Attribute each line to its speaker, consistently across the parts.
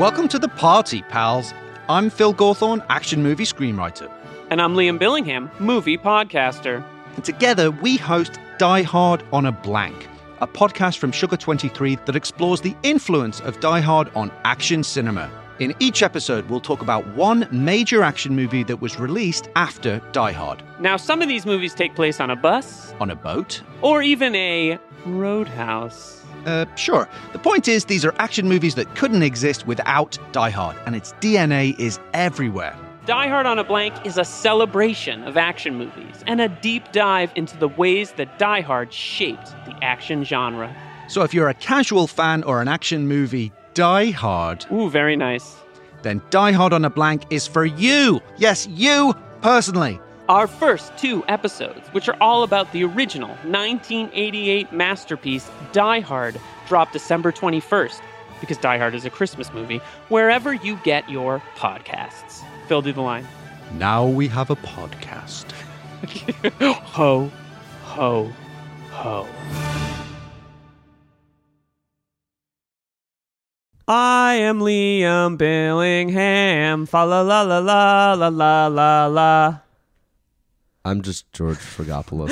Speaker 1: Welcome to the party, pals. I'm Phil Gawthorne, action movie screenwriter.
Speaker 2: And I'm Liam Billingham, movie podcaster.
Speaker 1: And together we host Die Hard on a Blank, a podcast from Sugar23 that explores the influence of Die Hard on action cinema. In each episode, we'll talk about one major action movie that was released after Die Hard
Speaker 2: Now, some of these movies take place on a bus
Speaker 1: on a boat.
Speaker 2: or even a roadhouse.
Speaker 1: Uh, sure. The point is, these are action movies that couldn't exist without Die Hard, and its DNA is everywhere.
Speaker 2: Die Hard on a Blank is a celebration of action movies and a deep dive into the ways that Die Hard shaped the action genre.
Speaker 1: So if you're a casual fan or an action movie Die Hard,
Speaker 2: Ooh, very nice.
Speaker 1: then Die Hard on a Blank is for you. Yes, you personally.
Speaker 2: Our first two episodes, which are all about the original 1988 masterpiece Die Hard, drop December 21st, because Die Hard is a Christmas movie, wherever you get your podcasts. Phil, do the line.
Speaker 1: Now we have a podcast.
Speaker 2: ho, ho, ho. I am Liam Billingham. Fa la la la la la la la la.
Speaker 3: I'm just George Fragopoulos.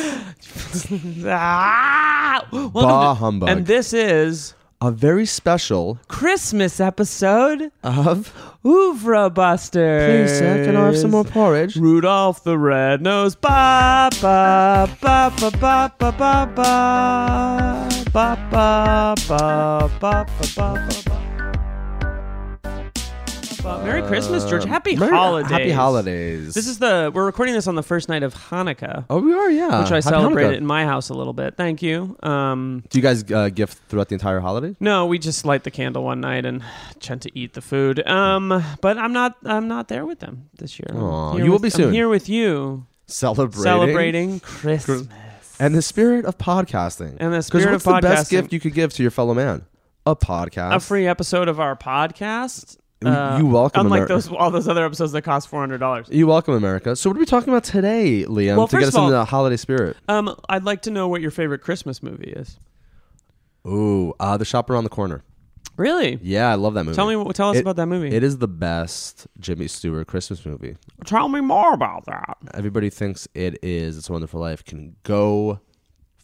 Speaker 2: Ah! Welcome
Speaker 3: Bah
Speaker 2: to-
Speaker 3: humbug.
Speaker 2: And this is
Speaker 3: a very special
Speaker 2: Christmas episode
Speaker 3: of.
Speaker 2: Ouvra Buster.
Speaker 3: porridge?
Speaker 2: Rudolph the Red Nose. Ba ba ba ba ba ba ba ba ba ba ba ba ba ba ba. ba. Merry Christmas, George. Happy
Speaker 3: Um, Merry-
Speaker 2: holidays.
Speaker 3: Happy holidays.
Speaker 2: This is the we're recording this on the first night of Hanukkah,
Speaker 3: Oh, we are, yeah.
Speaker 2: which I
Speaker 3: Happy
Speaker 2: celebrated
Speaker 3: Hanukkah.
Speaker 2: in my house a little bit. Thank you. Um,
Speaker 3: Do you guys uh, gift throughout the entire holiday?
Speaker 2: no, we just light the candle one night and tend to eat the food. Um, but I'm not I'm not there with them this year. I'm
Speaker 3: Aw,
Speaker 2: here
Speaker 3: you will
Speaker 2: with-
Speaker 3: be
Speaker 2: I'm
Speaker 3: soon.
Speaker 2: here with you
Speaker 3: Celebrating.
Speaker 2: celebrating Christmas.
Speaker 3: And the spirit of podcasting.
Speaker 2: And the
Speaker 3: 'Cause
Speaker 2: spirit
Speaker 3: what's
Speaker 2: of
Speaker 3: the best
Speaker 2: podcasting.
Speaker 3: gift you could give to your fellow man? A podcast.
Speaker 2: A free episode of our podcast. uh,
Speaker 3: You- you welcome
Speaker 2: Unlike
Speaker 3: Ameri-
Speaker 2: those all those other episodes that cost four hundred dollars.
Speaker 3: You welcome, America. So, what are we talking about today, Liam,
Speaker 2: Well,
Speaker 3: to get
Speaker 2: first
Speaker 3: us
Speaker 2: of
Speaker 3: in
Speaker 2: all-
Speaker 3: the holiday spirit?
Speaker 2: Um, I'd like to know what your favorite Christmas movie is.
Speaker 3: Ooh, uh, The Shop Around the Corner.
Speaker 2: Really?
Speaker 3: Yeah, I love that movie.
Speaker 2: Tell me, tell us
Speaker 3: It-
Speaker 2: about that movie.
Speaker 3: It is the best Jimmy Stewart Christmas movie.
Speaker 2: tell me more about that.
Speaker 3: everybody thinks it is it's a wonderful life can go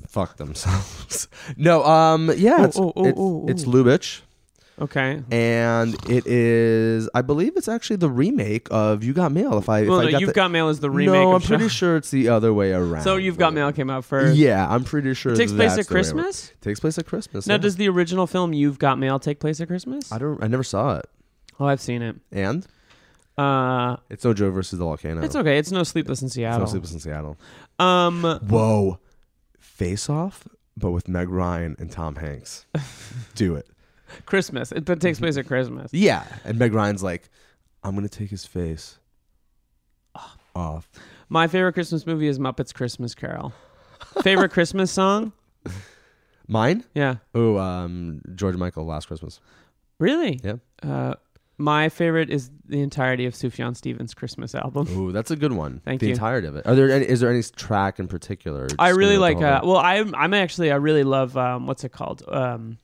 Speaker 3: fuck themselves no um yeah it's,
Speaker 2: ooh, ooh,
Speaker 3: it's,
Speaker 2: ooh,
Speaker 3: it's
Speaker 2: ooh.
Speaker 3: lubitsch
Speaker 2: Okay.
Speaker 3: and it is i believe it's actually the remake of you got mail if i if
Speaker 2: well,
Speaker 3: i
Speaker 2: no,
Speaker 3: got
Speaker 2: you've
Speaker 3: the,
Speaker 2: got mail is the remake.
Speaker 3: no
Speaker 2: of
Speaker 3: i'm pretty
Speaker 2: Shaw-
Speaker 3: sure it's the other way around
Speaker 2: So you've got
Speaker 3: but-
Speaker 2: mail came out first.
Speaker 3: yeah i'm pretty sure
Speaker 2: It takes place
Speaker 3: that's
Speaker 2: at
Speaker 3: the way it-
Speaker 2: Christmas.
Speaker 3: takes place at christmas
Speaker 2: Now,
Speaker 3: yeah.
Speaker 2: does the original film "You've Got Mail" take place at Christmas?
Speaker 3: i don't i never saw it
Speaker 2: Oh, I've seen it.
Speaker 3: and
Speaker 2: Uh,
Speaker 3: it's no joe versus the volcano
Speaker 2: it's okay. It's no Sleepless in
Speaker 3: It's
Speaker 2: Seattle.
Speaker 3: no sleepless in seattle
Speaker 2: Um,
Speaker 3: Whoa. Face off, but with Meg Ryan and Tom Hanks. Do it.
Speaker 2: Christmas. It, but it takes place at Christmas.
Speaker 3: Yeah. And Meg Ryan's like, I'm going to take his face off.
Speaker 2: My favorite Christmas movie is Muppets Christmas Carol. Favorite Christmas song?
Speaker 3: Mine?
Speaker 2: Yeah.
Speaker 3: Oh, um, George Michael, Last Christmas.
Speaker 2: Really?
Speaker 3: Yeah.
Speaker 2: Uh, my favorite is the entirety of Sufjan Stevens' Christmas album.
Speaker 3: Ooh, that's a good one.
Speaker 2: Thank
Speaker 3: the
Speaker 2: you.
Speaker 3: entirety of it. Are there any, is there any track in particular?
Speaker 2: I really like. Uh, well, I'm. I'm actually. I really love. Um, what's it called? Um,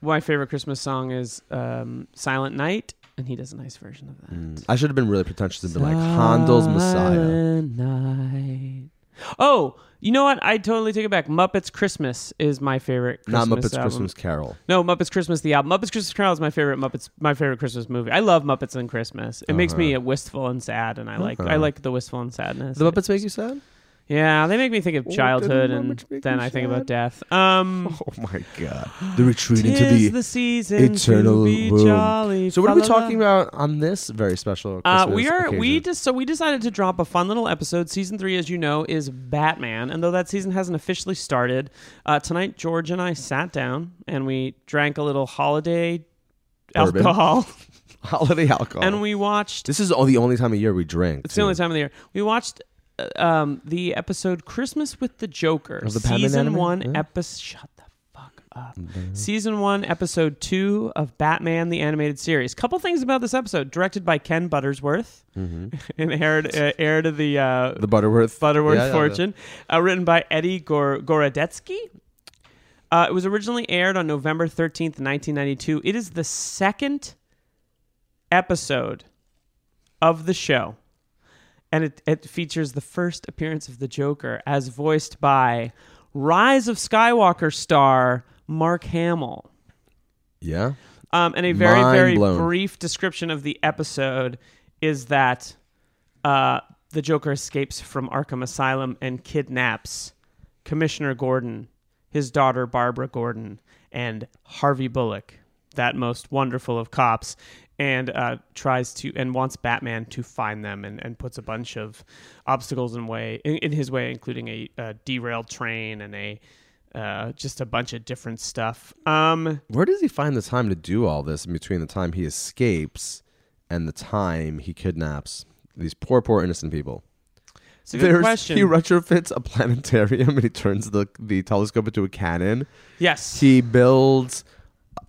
Speaker 2: my favorite Christmas song is um, "Silent Night," and he does a nice version of that.
Speaker 3: Mm. I should have been really pretentious and been like Handel's Messiah.
Speaker 2: Silent Night. Oh, you know what? I totally take it back. Muppets Christmas is my favorite. Christmas
Speaker 3: Not Muppets
Speaker 2: album.
Speaker 3: Christmas Carol.
Speaker 2: No, Muppets Christmas the album. Muppets Christmas Carol is my favorite Muppets my favorite Christmas movie. I love Muppets and Christmas. It makes me wistful and sad, and I like I like the wistful and sadness.
Speaker 3: Uh-huh. The Muppets make you sad?
Speaker 2: yeah, they make me think of childhood,
Speaker 3: the
Speaker 2: and
Speaker 3: Muppets make
Speaker 2: then
Speaker 3: you
Speaker 2: I think
Speaker 3: sad?
Speaker 2: about death. Um,
Speaker 3: Oh my God. The retreat into
Speaker 2: tis
Speaker 3: the,
Speaker 2: the season
Speaker 3: eternal
Speaker 2: to be
Speaker 3: womb.
Speaker 2: jolly.
Speaker 3: So what are we
Speaker 2: fa-la-la.
Speaker 3: talking about on this very special?
Speaker 2: Uh,
Speaker 3: Christmas
Speaker 2: we are we
Speaker 3: occasion?
Speaker 2: just so we decided to drop a fun little episode. Season three, as you know, is Batman, and though that season hasn't officially started, uh, tonight George and I sat down and we drank a little holiday
Speaker 3: Bourbon. Oh.
Speaker 2: alcohol,
Speaker 3: holiday alcohol.
Speaker 2: and we watched.
Speaker 3: this is all the only time of year we drink.
Speaker 2: It's the only time of the year we watched uh, um, the episode "Christmas with the Joker,"
Speaker 3: Of the Batman
Speaker 2: season
Speaker 3: anime?
Speaker 2: one
Speaker 3: Yeah. Mm-hmm.
Speaker 2: episode. Shut the fuck up. Season one, episode two of Batman the animated series. Couple things about this episode: directed by Ken Buttersworth, and heir uh, heir to the uh,
Speaker 3: Mm-hmm. the Butterworth.
Speaker 2: Butterworth
Speaker 3: Yeah, yeah,
Speaker 2: Fortune, uh, written by Eddie Gor- Gorodetsky. Uh, it was originally aired on November 13th, 1992. It is the second episode of the show, and it, it features the first appearance of the Joker as voiced by Rise of Skywalker star Mark Hamill.
Speaker 3: Yeah.
Speaker 2: Um, and a very,
Speaker 3: Mind
Speaker 2: very
Speaker 3: blown.
Speaker 2: brief description of the episode is that uh, the Joker escapes from Arkham Asylum and kidnaps Commissioner Gordon, his daughter Barbara Gordon, and Harvey Bullock, that most wonderful of cops, and uh, tries to and wants Batman to find them and, and puts a bunch of obstacles in way in, in his way, including a, uh derailed train and a uh, just a bunch of different stuff. Um,
Speaker 3: Where does he find the time to do all this in between the time he escapes and the time he kidnaps these poor, poor innocent people?
Speaker 2: it's a good
Speaker 3: There's-
Speaker 2: question.
Speaker 3: He retrofits a planetarium and he turns the, the telescope into a cannon.
Speaker 2: yes.
Speaker 3: He builds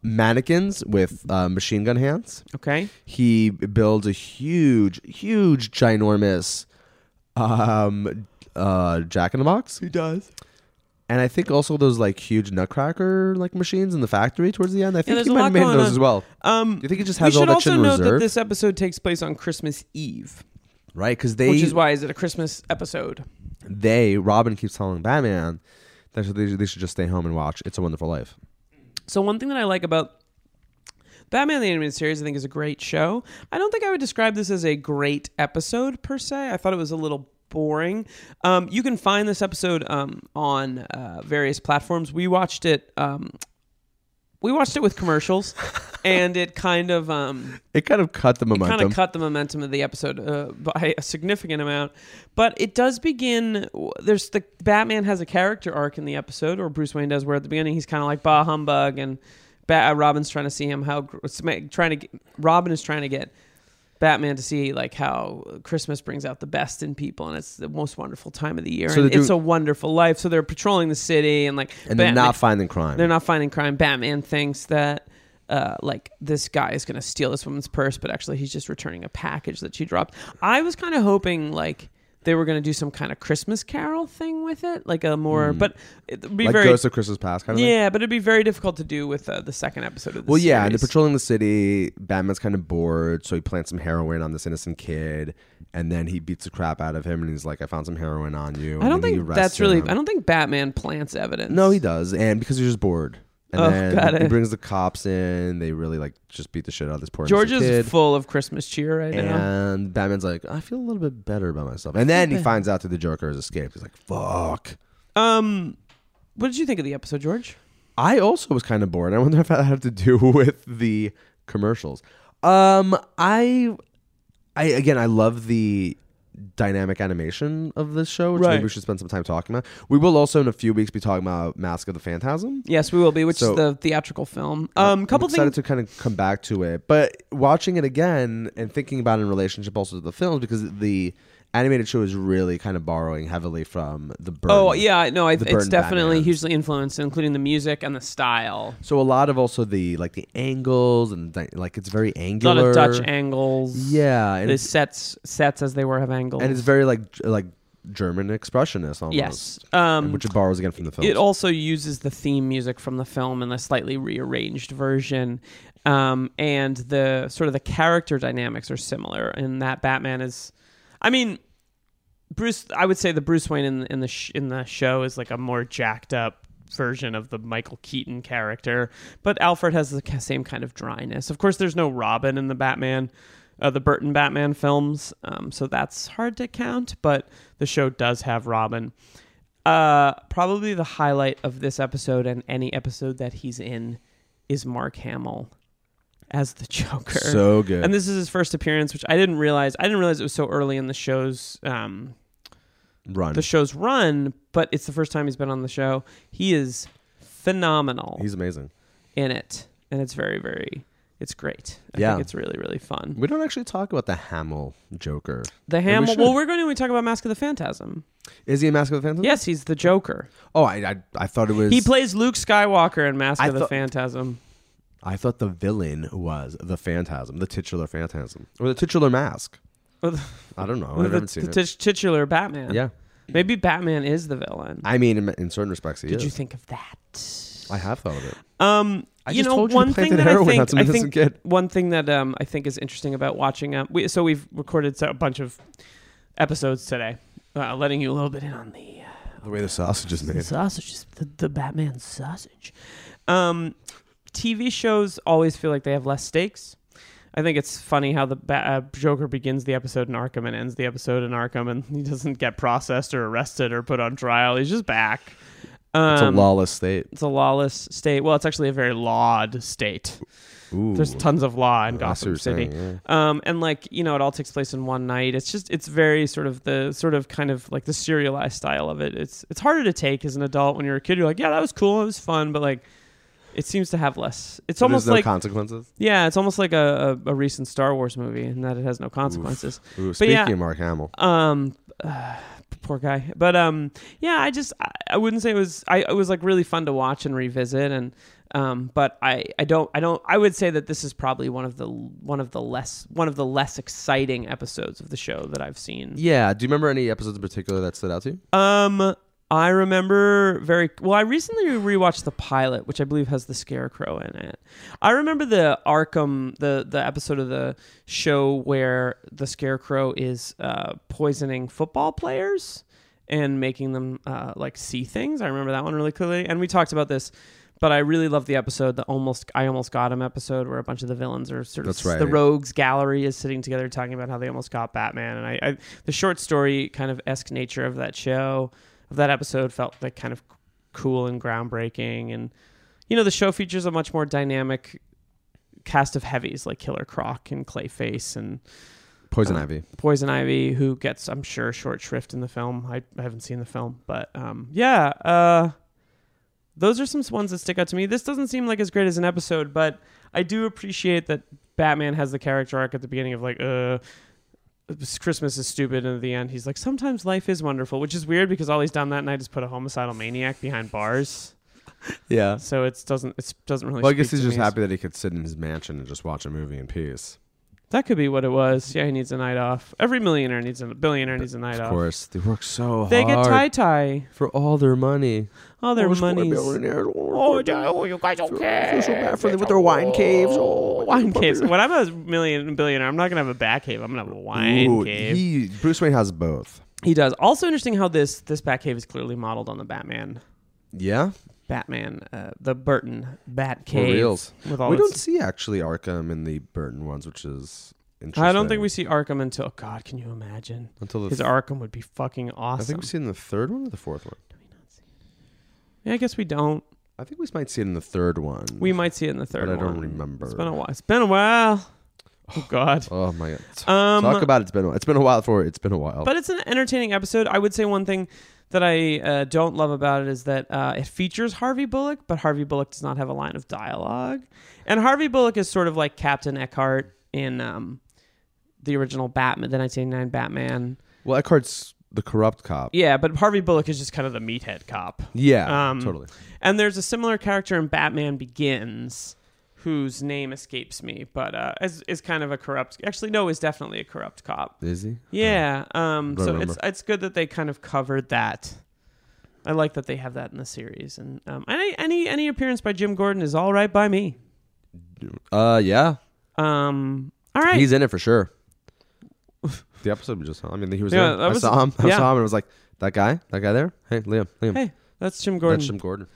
Speaker 3: mannequins with uh, machine gun hands.
Speaker 2: okay.
Speaker 3: He builds a huge, huge, ginormous um, uh, jack in the box. He does. And I think also those like huge nutcracker like machines in the factory towards the end. I think
Speaker 2: there's
Speaker 3: he
Speaker 2: a
Speaker 3: might
Speaker 2: lot
Speaker 3: have made
Speaker 2: going
Speaker 3: those
Speaker 2: on.
Speaker 3: as well.
Speaker 2: Um,
Speaker 3: Do you think he just
Speaker 2: we
Speaker 3: has all
Speaker 2: should
Speaker 3: that
Speaker 2: also
Speaker 3: shit in
Speaker 2: note that
Speaker 3: reserve?
Speaker 2: this episode takes place on Christmas Eve,
Speaker 3: right? Because they
Speaker 2: which is why is it a Christmas episode?
Speaker 3: they Robin keeps telling Batman that they, they should just stay home and watch It's a Wonderful Life.
Speaker 2: So one thing that I like about Batman the Animated Series, I think, is a great show. I don't think I would describe this as a great episode per se. I thought it was a little boring. Um, you can find this episode um, on uh, various platforms. We watched it. Um, we watched it with commercials, and it kind of. Um,
Speaker 3: It kind of cut the
Speaker 2: kind
Speaker 3: momentum.
Speaker 2: of cut the momentum of the episode uh, by a significant amount. But it does begin. There's the Batman has a character arc in the episode, or Bruce Wayne does, where at the beginning he's kind of like bah humbug, and Bat- uh, Robin's trying to see him how gr- trying to get, Robin is trying to get Batman to see like how Christmas brings out the best in people, and it's the most wonderful time of the year,
Speaker 3: So
Speaker 2: and
Speaker 3: they're
Speaker 2: it's a
Speaker 3: doing-
Speaker 2: wonderful life. So they're patrolling the city, and like
Speaker 3: and they're
Speaker 2: Batman-
Speaker 3: not finding crime.
Speaker 2: they're not finding crime. Batman thinks that uh, like this guy is gonna steal this woman's purse, but actually he's just returning a package that she dropped. I was kind of hoping like they were gonna do some kind of Christmas Carol thing with it, like a more but it'd be
Speaker 3: Hmm. like
Speaker 2: very
Speaker 3: Ghost of Christmas Past kind of thing.
Speaker 2: yeah, but it'd be very difficult to do with uh, the second episode of this.
Speaker 3: Well, yeah, and they're
Speaker 2: series.
Speaker 3: patrolling the city. Batman's kind of bored, so he plants some heroin on this innocent kid, and then he beats the crap out of him, and he's like, "I found some heroin on you."
Speaker 2: I
Speaker 3: and
Speaker 2: don't
Speaker 3: then he
Speaker 2: think
Speaker 3: arrests
Speaker 2: that's really.
Speaker 3: him.
Speaker 2: I don't think Batman plants evidence.
Speaker 3: No, he does, and because he's just bored. And
Speaker 2: Oh,
Speaker 3: then
Speaker 2: got
Speaker 3: he
Speaker 2: it.
Speaker 3: brings the cops in. They really like just beat the shit out of this poor innocent
Speaker 2: George
Speaker 3: kid.
Speaker 2: is full of Christmas cheer right now.
Speaker 3: And Batman's like, I feel a little bit better about myself. And then he finds out that the Joker has escaped. He's like, fuck.
Speaker 2: Um, what did you think of the episode, George?
Speaker 3: I also was kind of bored. I wonder if that had to do with the commercials. Um, I, I again, I love the dynamic animation of this show, which
Speaker 2: Right.
Speaker 3: maybe we should spend some time talking about. We will also in a few weeks be talking about Mask of the Phantasm.
Speaker 2: Yes, we will be, which
Speaker 3: So-
Speaker 2: is the theatrical film. Um, couple
Speaker 3: I'm
Speaker 2: things.
Speaker 3: excited to kind of come back to it, but watching it again and thinking about it in relationship also to the films because the animated show is really kind of borrowing heavily from the Burton.
Speaker 2: Oh yeah, I- no, I,
Speaker 3: the
Speaker 2: it's
Speaker 3: Burton
Speaker 2: definitely
Speaker 3: Batman.
Speaker 2: hugely influenced, including the music and the style.
Speaker 3: So a lot of also the like the angles and the, like it's very
Speaker 2: A lot
Speaker 3: angular.
Speaker 2: of Dutch angles.
Speaker 3: Yeah, and
Speaker 2: the
Speaker 3: it's,
Speaker 2: sets sets as they were have angles.
Speaker 3: and it's very like like German expressionist almost.
Speaker 2: yes, um,
Speaker 3: which it borrows again from the film.
Speaker 2: it also uses the theme music from the film in a slightly rearranged version, um, and the sort of the character dynamics are similar in that Batman is, I mean. Bruce, I would say the Bruce Wayne in in the sh- in the show is like a more jacked up version of the Michael Keaton character, but Alfred has the ca- same kind of dryness. Of course, there's no Robin in the Batman, uh, the Burton Batman films, um, so that's hard to count. But the show does have Robin. Uh, probably the highlight of this episode and any episode that he's in is Mark Hamill as the Joker.
Speaker 3: so good.
Speaker 2: And this is his first appearance, which I didn't realize. I didn't realize it was so early in the show's um,
Speaker 3: Run.
Speaker 2: the show's run, but it's the first time he's been on the show. He is phenomenal
Speaker 3: He's amazing.
Speaker 2: in it, and it's very, very, it's great. I
Speaker 3: Yeah.
Speaker 2: think it's really, really fun.
Speaker 3: We don't actually talk about the Hamill Joker.
Speaker 2: The Hamill.
Speaker 3: should.
Speaker 2: well, we're going to talk about Mask of the Phantasm.
Speaker 3: Is he a Mask of the Phantasm?
Speaker 2: Yes, he's the Joker.
Speaker 3: Oh, I I, I thought it was
Speaker 2: He plays Luke Skywalker in Mask
Speaker 3: I
Speaker 2: of the
Speaker 3: thought-
Speaker 2: Phantasm.
Speaker 3: I thought the villain was the Phantasm, the titular Phantasm, or the titular mask.
Speaker 2: Or the-
Speaker 3: I don't know.
Speaker 2: the,
Speaker 3: I haven't seen
Speaker 2: the
Speaker 3: it.
Speaker 2: tit- titular Batman.
Speaker 3: yeah,
Speaker 2: Maybe Batman is the villain.
Speaker 3: I mean, in, in certain respects, he
Speaker 2: Did
Speaker 3: is.
Speaker 2: you think of that?
Speaker 3: I have thought of it.
Speaker 2: Um,
Speaker 3: I
Speaker 2: you
Speaker 3: just
Speaker 2: know,
Speaker 3: told you
Speaker 2: one thing
Speaker 3: planted
Speaker 2: that I
Speaker 3: heroin
Speaker 2: think,
Speaker 3: on some
Speaker 2: I
Speaker 3: innocent
Speaker 2: think
Speaker 3: kid.
Speaker 2: one thing that um, I think is interesting about watching. Um, we, so we've recorded so- a bunch of episodes today, uh, letting you a little bit in on the uh,
Speaker 3: The way the sausage is
Speaker 2: the
Speaker 3: made.
Speaker 2: sausage, the, the Batman sausage. Um, TV shows always feel like they have less stakes. I think it's funny how the ba- uh, Joker begins the episode in Arkham and ends the episode in Arkham, and he doesn't get processed or arrested or put on trial. He's just back. Um,
Speaker 3: It's a lawless state.
Speaker 2: it's a lawless state. Well, it's actually a very lawed state.
Speaker 3: Ooh.
Speaker 2: There's tons of law in
Speaker 3: I see what
Speaker 2: Gotham
Speaker 3: you're
Speaker 2: City.
Speaker 3: saying, yeah.
Speaker 2: Um, and like you know, it all takes place in one night. It's just it's very sort of the sort of kind of like the serialized style of it. It's it's harder to take as an adult when you're a kid. You're like, yeah, that was cool, it was fun, but like it seems to have less. It's
Speaker 3: So there's
Speaker 2: almost
Speaker 3: no
Speaker 2: like
Speaker 3: consequences.
Speaker 2: yeah, it's almost like a, a, a recent Star Wars movie in that it has no consequences.
Speaker 3: Ooh, speaking
Speaker 2: yeah.
Speaker 3: of Mark Hamill,
Speaker 2: Um, uh, poor guy. But um, yeah, I just I, I wouldn't say it was. I it was like really fun to watch and revisit. And um, but I I don't I don't I would say that this is probably one of the one of the less one of the less exciting episodes of the show that I've seen.
Speaker 3: yeah. Do you remember any episodes in particular that stood out to you?
Speaker 2: Um. I remember very well. I recently rewatched the pilot, which I believe has the scarecrow in it. I remember the Arkham, the the episode of the show where the scarecrow is uh, poisoning football players and making them uh, like see things. I remember that one really clearly, and we talked about this. But I really love the episode, the almost I almost got him episode, where a bunch of the villains are sort of
Speaker 3: That's right.
Speaker 2: the rogues gallery is sitting together talking about how they almost got Batman, and I, I the short story kind of esque nature of that show of that episode felt like kind of cool and groundbreaking, and you know the show features a much more dynamic cast of heavies like Killer Croc and Clayface and
Speaker 3: Poison
Speaker 2: Uh,
Speaker 3: Ivy.
Speaker 2: Poison Ivy, who gets, I'm sure, short shrift in the film. I, I haven't seen the film, but um, yeah, uh, those are some ones that stick out to me. This doesn't seem like as great as an episode, but I do appreciate that Batman has the character arc at the beginning of like, uh, this Christmas is stupid, and at the end, he's like, sometimes life is wonderful, which is weird because all he's done that night is put a homicidal maniac behind bars.
Speaker 3: Yeah.
Speaker 2: So it doesn't it doesn't really.
Speaker 3: Well, I guess
Speaker 2: speak
Speaker 3: he's
Speaker 2: to
Speaker 3: just
Speaker 2: me.
Speaker 3: happy that he could sit in his mansion and just watch a movie in peace.
Speaker 2: That could be what it was. Yeah, he needs a night off. Every millionaire needs a billionaire needs a night
Speaker 3: Of
Speaker 2: off.
Speaker 3: course, they work so
Speaker 2: They
Speaker 3: hard
Speaker 2: get tie tie.
Speaker 3: for all their money.
Speaker 2: All their
Speaker 3: Oh, it's for
Speaker 2: monies.
Speaker 3: billionaires.
Speaker 2: Oh, no, you guys don't
Speaker 3: I feel so
Speaker 2: care.
Speaker 3: bad for them with their wine caves. Oh,
Speaker 2: Wine caves. When I'm a million billionaire, I'm not gonna have a bat cave. I'm gonna have a wine
Speaker 3: Ooh,
Speaker 2: cave. He,
Speaker 3: he Bruce Wayne has both.
Speaker 2: does. Also interesting how this this bat cave is clearly modeled on the Batman,
Speaker 3: Yeah,
Speaker 2: Batman, uh, the Burton bat
Speaker 3: for
Speaker 2: cave.
Speaker 3: reals.
Speaker 2: With all
Speaker 3: we don't
Speaker 2: its-
Speaker 3: see actually Arkham in the Burton ones, which is interesting.
Speaker 2: I don't think we see Arkham until oh God. Can you imagine?
Speaker 3: until the
Speaker 2: His Arkham would be fucking
Speaker 3: I
Speaker 2: awesome.
Speaker 3: think we see it in the third one or the fourth one.
Speaker 2: yeah, I guess we don't.
Speaker 3: I think we might see it in the third one.
Speaker 2: We might see it in the third
Speaker 3: but I
Speaker 2: one.
Speaker 3: don't remember.
Speaker 2: It's been a while. It's been a while. Oh God.
Speaker 3: Oh my god! T-
Speaker 2: Um,
Speaker 3: Talk about it's been a, it's been a while for it's been a while.
Speaker 2: But it's an entertaining episode. I would say one thing that I uh, don't love about it is that uh, it features Harvey Bullock, but Harvey Bullock does not have a line of dialogue. And Harvey Bullock is sort of like Captain Eckhart in um, the original Batman, the 1999 Batman.
Speaker 3: well, Eckhart's the corrupt cop.
Speaker 2: Yeah, but Harvey Bullock is just kind of the meathead cop.
Speaker 3: Yeah,
Speaker 2: Um,
Speaker 3: totally.
Speaker 2: And there's a similar character in Batman Begins whose name escapes me, but uh, is, is kind of a corrupt, actually, no, is definitely a corrupt cop.
Speaker 3: Is he?
Speaker 2: Yeah. Um.
Speaker 3: Don't
Speaker 2: So
Speaker 3: remember.
Speaker 2: it's it's good that they kind of covered that. I like that they have that in the series, and um, any any any appearance by Jim Gordon is all right by me.
Speaker 3: Uh, yeah,
Speaker 2: Um. All right.
Speaker 3: he's in it for sure. the episode we just saw. I mean, he was.
Speaker 2: Yeah,
Speaker 3: in.
Speaker 2: that
Speaker 3: I
Speaker 2: was-
Speaker 3: saw him. I
Speaker 2: yeah.
Speaker 3: saw him, and I was like, "That guy, that guy there. Hey, Liam, Liam,
Speaker 2: hey, that's Jim Gordon.
Speaker 3: that's Jim Gordon."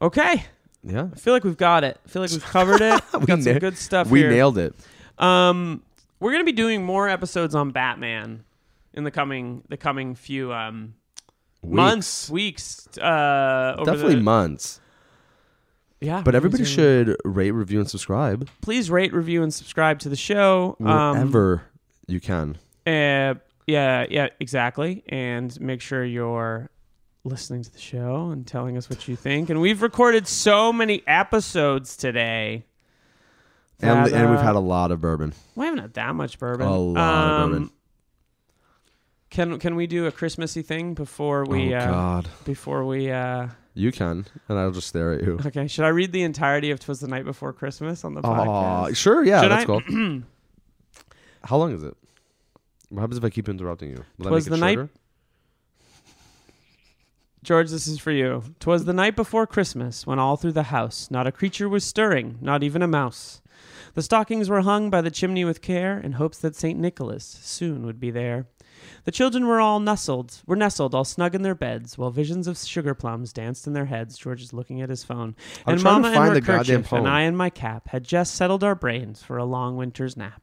Speaker 2: Okay.
Speaker 3: Yeah,
Speaker 2: I feel like we've got it. I feel like we've covered it. we got some
Speaker 3: nailed-
Speaker 2: good stuff
Speaker 3: we
Speaker 2: here.
Speaker 3: nailed it.
Speaker 2: Um, we're gonna be doing more episodes on Batman in the coming the coming few um months weeks. Uh, over
Speaker 3: Definitely
Speaker 2: the,
Speaker 3: months.
Speaker 2: yeah.
Speaker 3: But everybody
Speaker 2: should.
Speaker 3: should rate, review, and subscribe
Speaker 2: please rate, review, and subscribe to the show. Um,
Speaker 3: wherever you can.
Speaker 2: Uh, yeah, yeah, exactly. And make sure you're listening to the show and telling us what you think. And we've recorded so many episodes today.
Speaker 3: And,
Speaker 2: that,
Speaker 3: and we've
Speaker 2: uh,
Speaker 3: had a lot of bourbon.
Speaker 2: We haven't had that much bourbon. Um,
Speaker 3: A lot of bourbon.
Speaker 2: Can can we do a Christmassy thing before we
Speaker 3: oh
Speaker 2: uh,
Speaker 3: God,
Speaker 2: before we uh,
Speaker 3: you can, and I'll just stare at you.
Speaker 2: okay? Should I read the entirety of "Twas the Night Before Christmas" on the
Speaker 3: Aw,
Speaker 2: podcast?
Speaker 3: sure, yeah,
Speaker 2: Should
Speaker 3: that's
Speaker 2: I-
Speaker 3: cool. How long is it? What happens if I keep interrupting you? Will that
Speaker 2: Was
Speaker 3: make it
Speaker 2: the night-
Speaker 3: shorter?
Speaker 2: George, this is for you. 'Twas the night before Christmas, when all through the house not a creature was stirring, not even a mouse. The stockings were hung by the chimney with care, in hopes that St. Nicholas soon would be there. The children were all nestled, were nestled all snug in their beds, while visions of sugar plums danced in their heads. George is looking at his phone.
Speaker 3: I'm
Speaker 2: and
Speaker 3: trying to
Speaker 2: Mama
Speaker 3: find
Speaker 2: and her
Speaker 3: the goddamn
Speaker 2: kerchief
Speaker 3: poem.
Speaker 2: and I in my cap had just settled our brains for a long winter's nap.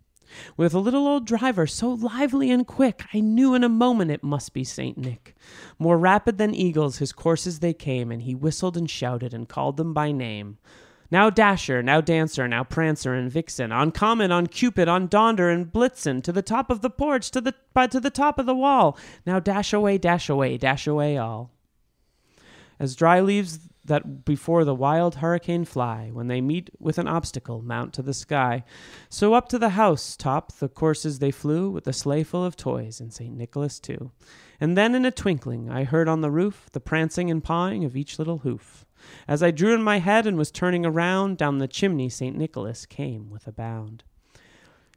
Speaker 2: With a little old driver so lively and quick, I knew in a moment it must be Saint Nick. More rapid than eagles his courses they came, and he whistled and shouted and called them by name. Now Dasher, now Dancer, now Prancer and Vixen, on Comet, on Cupid, on Donder and Blitzen, to the top of the porch, to the by to the top of the wall. Now dash away, dash away, dash away all as dry leaves that before the wild hurricane fly, when they meet with an obstacle, mount to the sky. So up to the house top the courses they flew, with a sleigh full of toys, and St. Nicholas too. And then in a twinkling I heard on the roof the prancing and pawing of each little hoof. As I drew in my head and was turning around, down the chimney St. Nicholas came with a bound.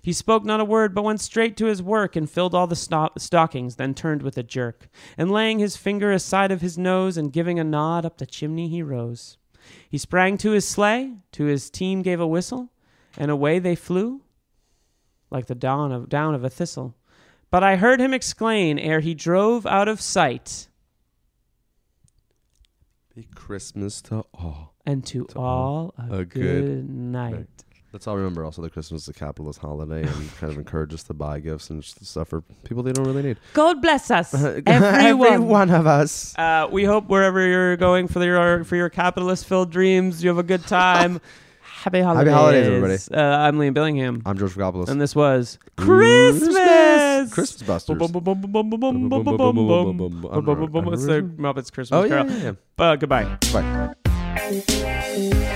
Speaker 2: He spoke not a word, but went straight to his work and filled all the sto- stockings, then turned with a jerk. And laying his finger aside of his nose and giving a nod up the chimney he rose. He sprang to his sleigh, to his team gave a whistle, and away they flew like the dawn of, down of a thistle. But I heard him exclaim ere he drove out of sight,
Speaker 3: Be Christmas to all.
Speaker 2: and to, all,
Speaker 3: all
Speaker 2: a,
Speaker 3: a
Speaker 2: good,
Speaker 3: good
Speaker 2: night.
Speaker 3: night. Let's all remember also that Christmas is a capitalist holiday and kind of encourages us to buy gifts and just stuff for people they don't really need.
Speaker 2: God bless us,
Speaker 3: Every
Speaker 2: everyone.
Speaker 3: one of us.
Speaker 2: Uh, we hope wherever you're going for your for your capitalist-filled dreams, you have a good time. Happy holidays,
Speaker 3: holidays,
Speaker 2: Uh, I'm Liam Billingham,
Speaker 3: I'm George Fragopoulos.
Speaker 2: and this was Christmas.
Speaker 3: Christmas
Speaker 2: Bum,
Speaker 3: Busters.
Speaker 2: bum, bum, bum, bum, bum, bum, bum, bum, bum, bum, bum,
Speaker 3: I don't
Speaker 2: bum, bum,
Speaker 3: know.
Speaker 2: bum. It's the Muppets Christmas
Speaker 3: Oh, yeah,
Speaker 2: Carol.
Speaker 3: yeah, yeah.
Speaker 2: Uh, goodbye.
Speaker 3: Bye.